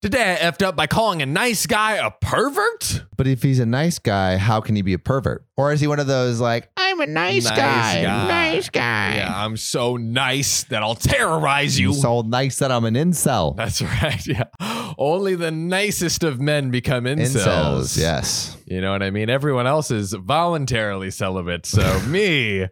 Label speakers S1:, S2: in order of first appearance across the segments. S1: Today I effed up by calling a nice guy a pervert.
S2: But if he's a nice guy, how can he be a pervert? Or is he one of those like, "Ah, I'm a nice,
S1: Nice
S2: guy,
S1: guy.
S2: nice guy.
S1: Yeah, I'm so nice that I'll terrorize you.
S2: I'm so nice that I'm an incel.
S1: That's right. Yeah. Only the nicest of men become incels.
S2: Incels, yes.
S1: You know what I mean? Everyone else is voluntarily celibate. So me,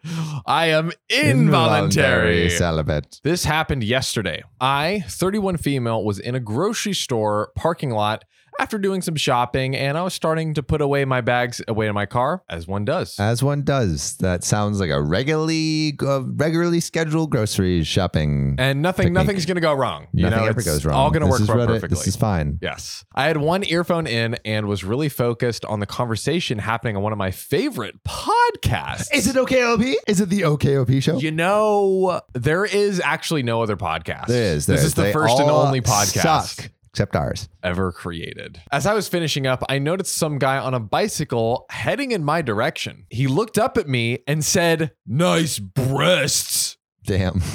S1: I am involuntary.
S2: celibate.
S1: This happened yesterday. I, 31 female, was in a grocery store parking lot after doing some shopping and I was starting to put away my bags away in my car, as one does.
S2: As one does. That sounds like a regularly uh, regularly scheduled grocery shopping.
S1: and nothing,
S2: Technique.
S1: nothing's going to go wrong. You
S2: Nothing
S1: know,
S2: ever
S1: it's
S2: goes wrong.
S1: all going to
S2: This
S1: work
S2: is
S1: out
S2: Reddit.
S1: perfectly.
S2: This is fine.
S1: Yes. I had one earphone in and was really focused on the conversation happening on one of my favorite podcasts.
S2: Is it OKOP? Is it the OKOP show?
S1: You know, there is actually no other podcast.
S2: There is.
S1: This
S2: there
S1: is the
S2: They
S1: first and
S2: all
S1: only podcast
S2: suck, except ours.
S1: ever created. As I was finishing up, I noticed some guy on a bicycle heading in my direction. He looked up at me and said, "Nice breasts."
S2: Damn.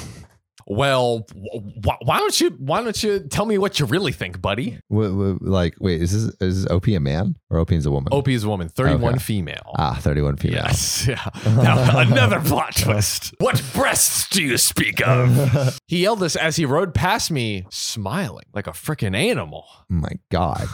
S1: Well, wh- wh- why don't you why don't you tell me what you really think, buddy?
S2: W- w- like, wait, is this is this OP a man or OP is a woman?
S1: Opie is a woman, 31
S2: Okay.
S1: female.
S2: Ah, 31 female.
S1: Yes. Yeah. Now, another plot twist. What breasts do you speak of? he yelled this as he rode past me, smiling like a freaking animal.
S2: my god.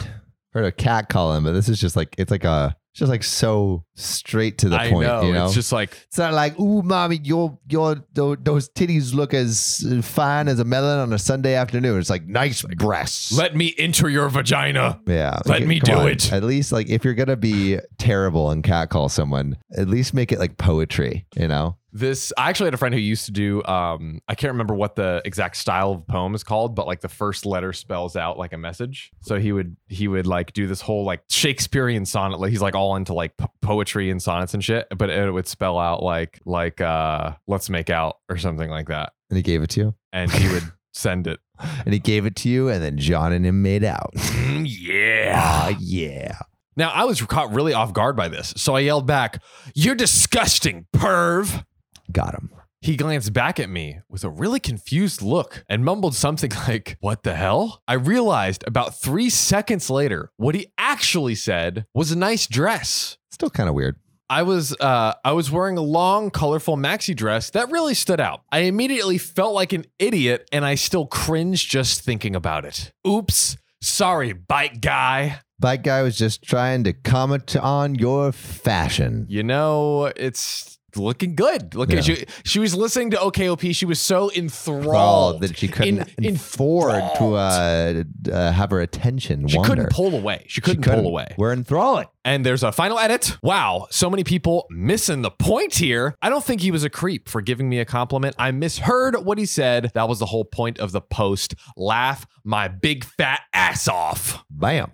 S2: Heard a cat call him, but this is just like it's like a it's just like so straight to the
S1: I
S2: point.
S1: know.
S2: you know,
S1: It's just like,
S2: It's not like, ooh, mommy, your your tho- those titties look as fine as a melon on a Sunday afternoon. It's like nice breasts.
S1: let me enter your vagina.
S2: yeah,
S1: let me
S2: come
S1: do
S2: on.
S1: it.
S2: At least, like, if you're gonna be terrible and catcall someone, at least make it like poetry. You know,
S1: This, I actually had a friend who used to do, um, I can't remember what the exact style of poem is called, but like the first letter spells out like a message. So he would, he would like do this whole like Shakespearean sonnet. Like he's like all into like p- poetry and sonnets and shit, but it would spell out like, like, uh, let's make out or something like that.
S2: and he gave it to you,
S1: and he would send it.
S2: and he gave it to you, and then John and him made out.
S1: Mm, yeah.
S2: Ah, yeah.
S1: Now I was caught really off guard by this, so I yelled back, "You're disgusting, perv!"
S2: Got him.
S1: He glanced back at me with a really confused look and mumbled something like, What the hell? I realized about three seconds later what he actually said was a nice dress.
S2: Still kind of weird.
S1: I was uh, I was wearing a long, colorful maxi dress that really stood out. I immediately felt like an idiot, and I still cringe just thinking about it. Oops, sorry, bike guy.
S2: Bike guy was just trying to comment on your fashion.
S1: You know it's looking good. Look at
S2: Yeah.
S1: you. She was listening to OKOP. She was so enthralled
S2: Thralled that she couldn't
S1: In-
S2: afford to uh, uh, have her attention.
S1: She
S2: wander.
S1: couldn't pull away. She couldn't, pull away.
S2: We're enthralling.
S1: And there's a final edit. Wow, so many people missing the point here. I don't think he was a creep for giving me a compliment. I misheard what he said. That was the whole point of the post. Laugh my big fat ass off.
S2: Bam.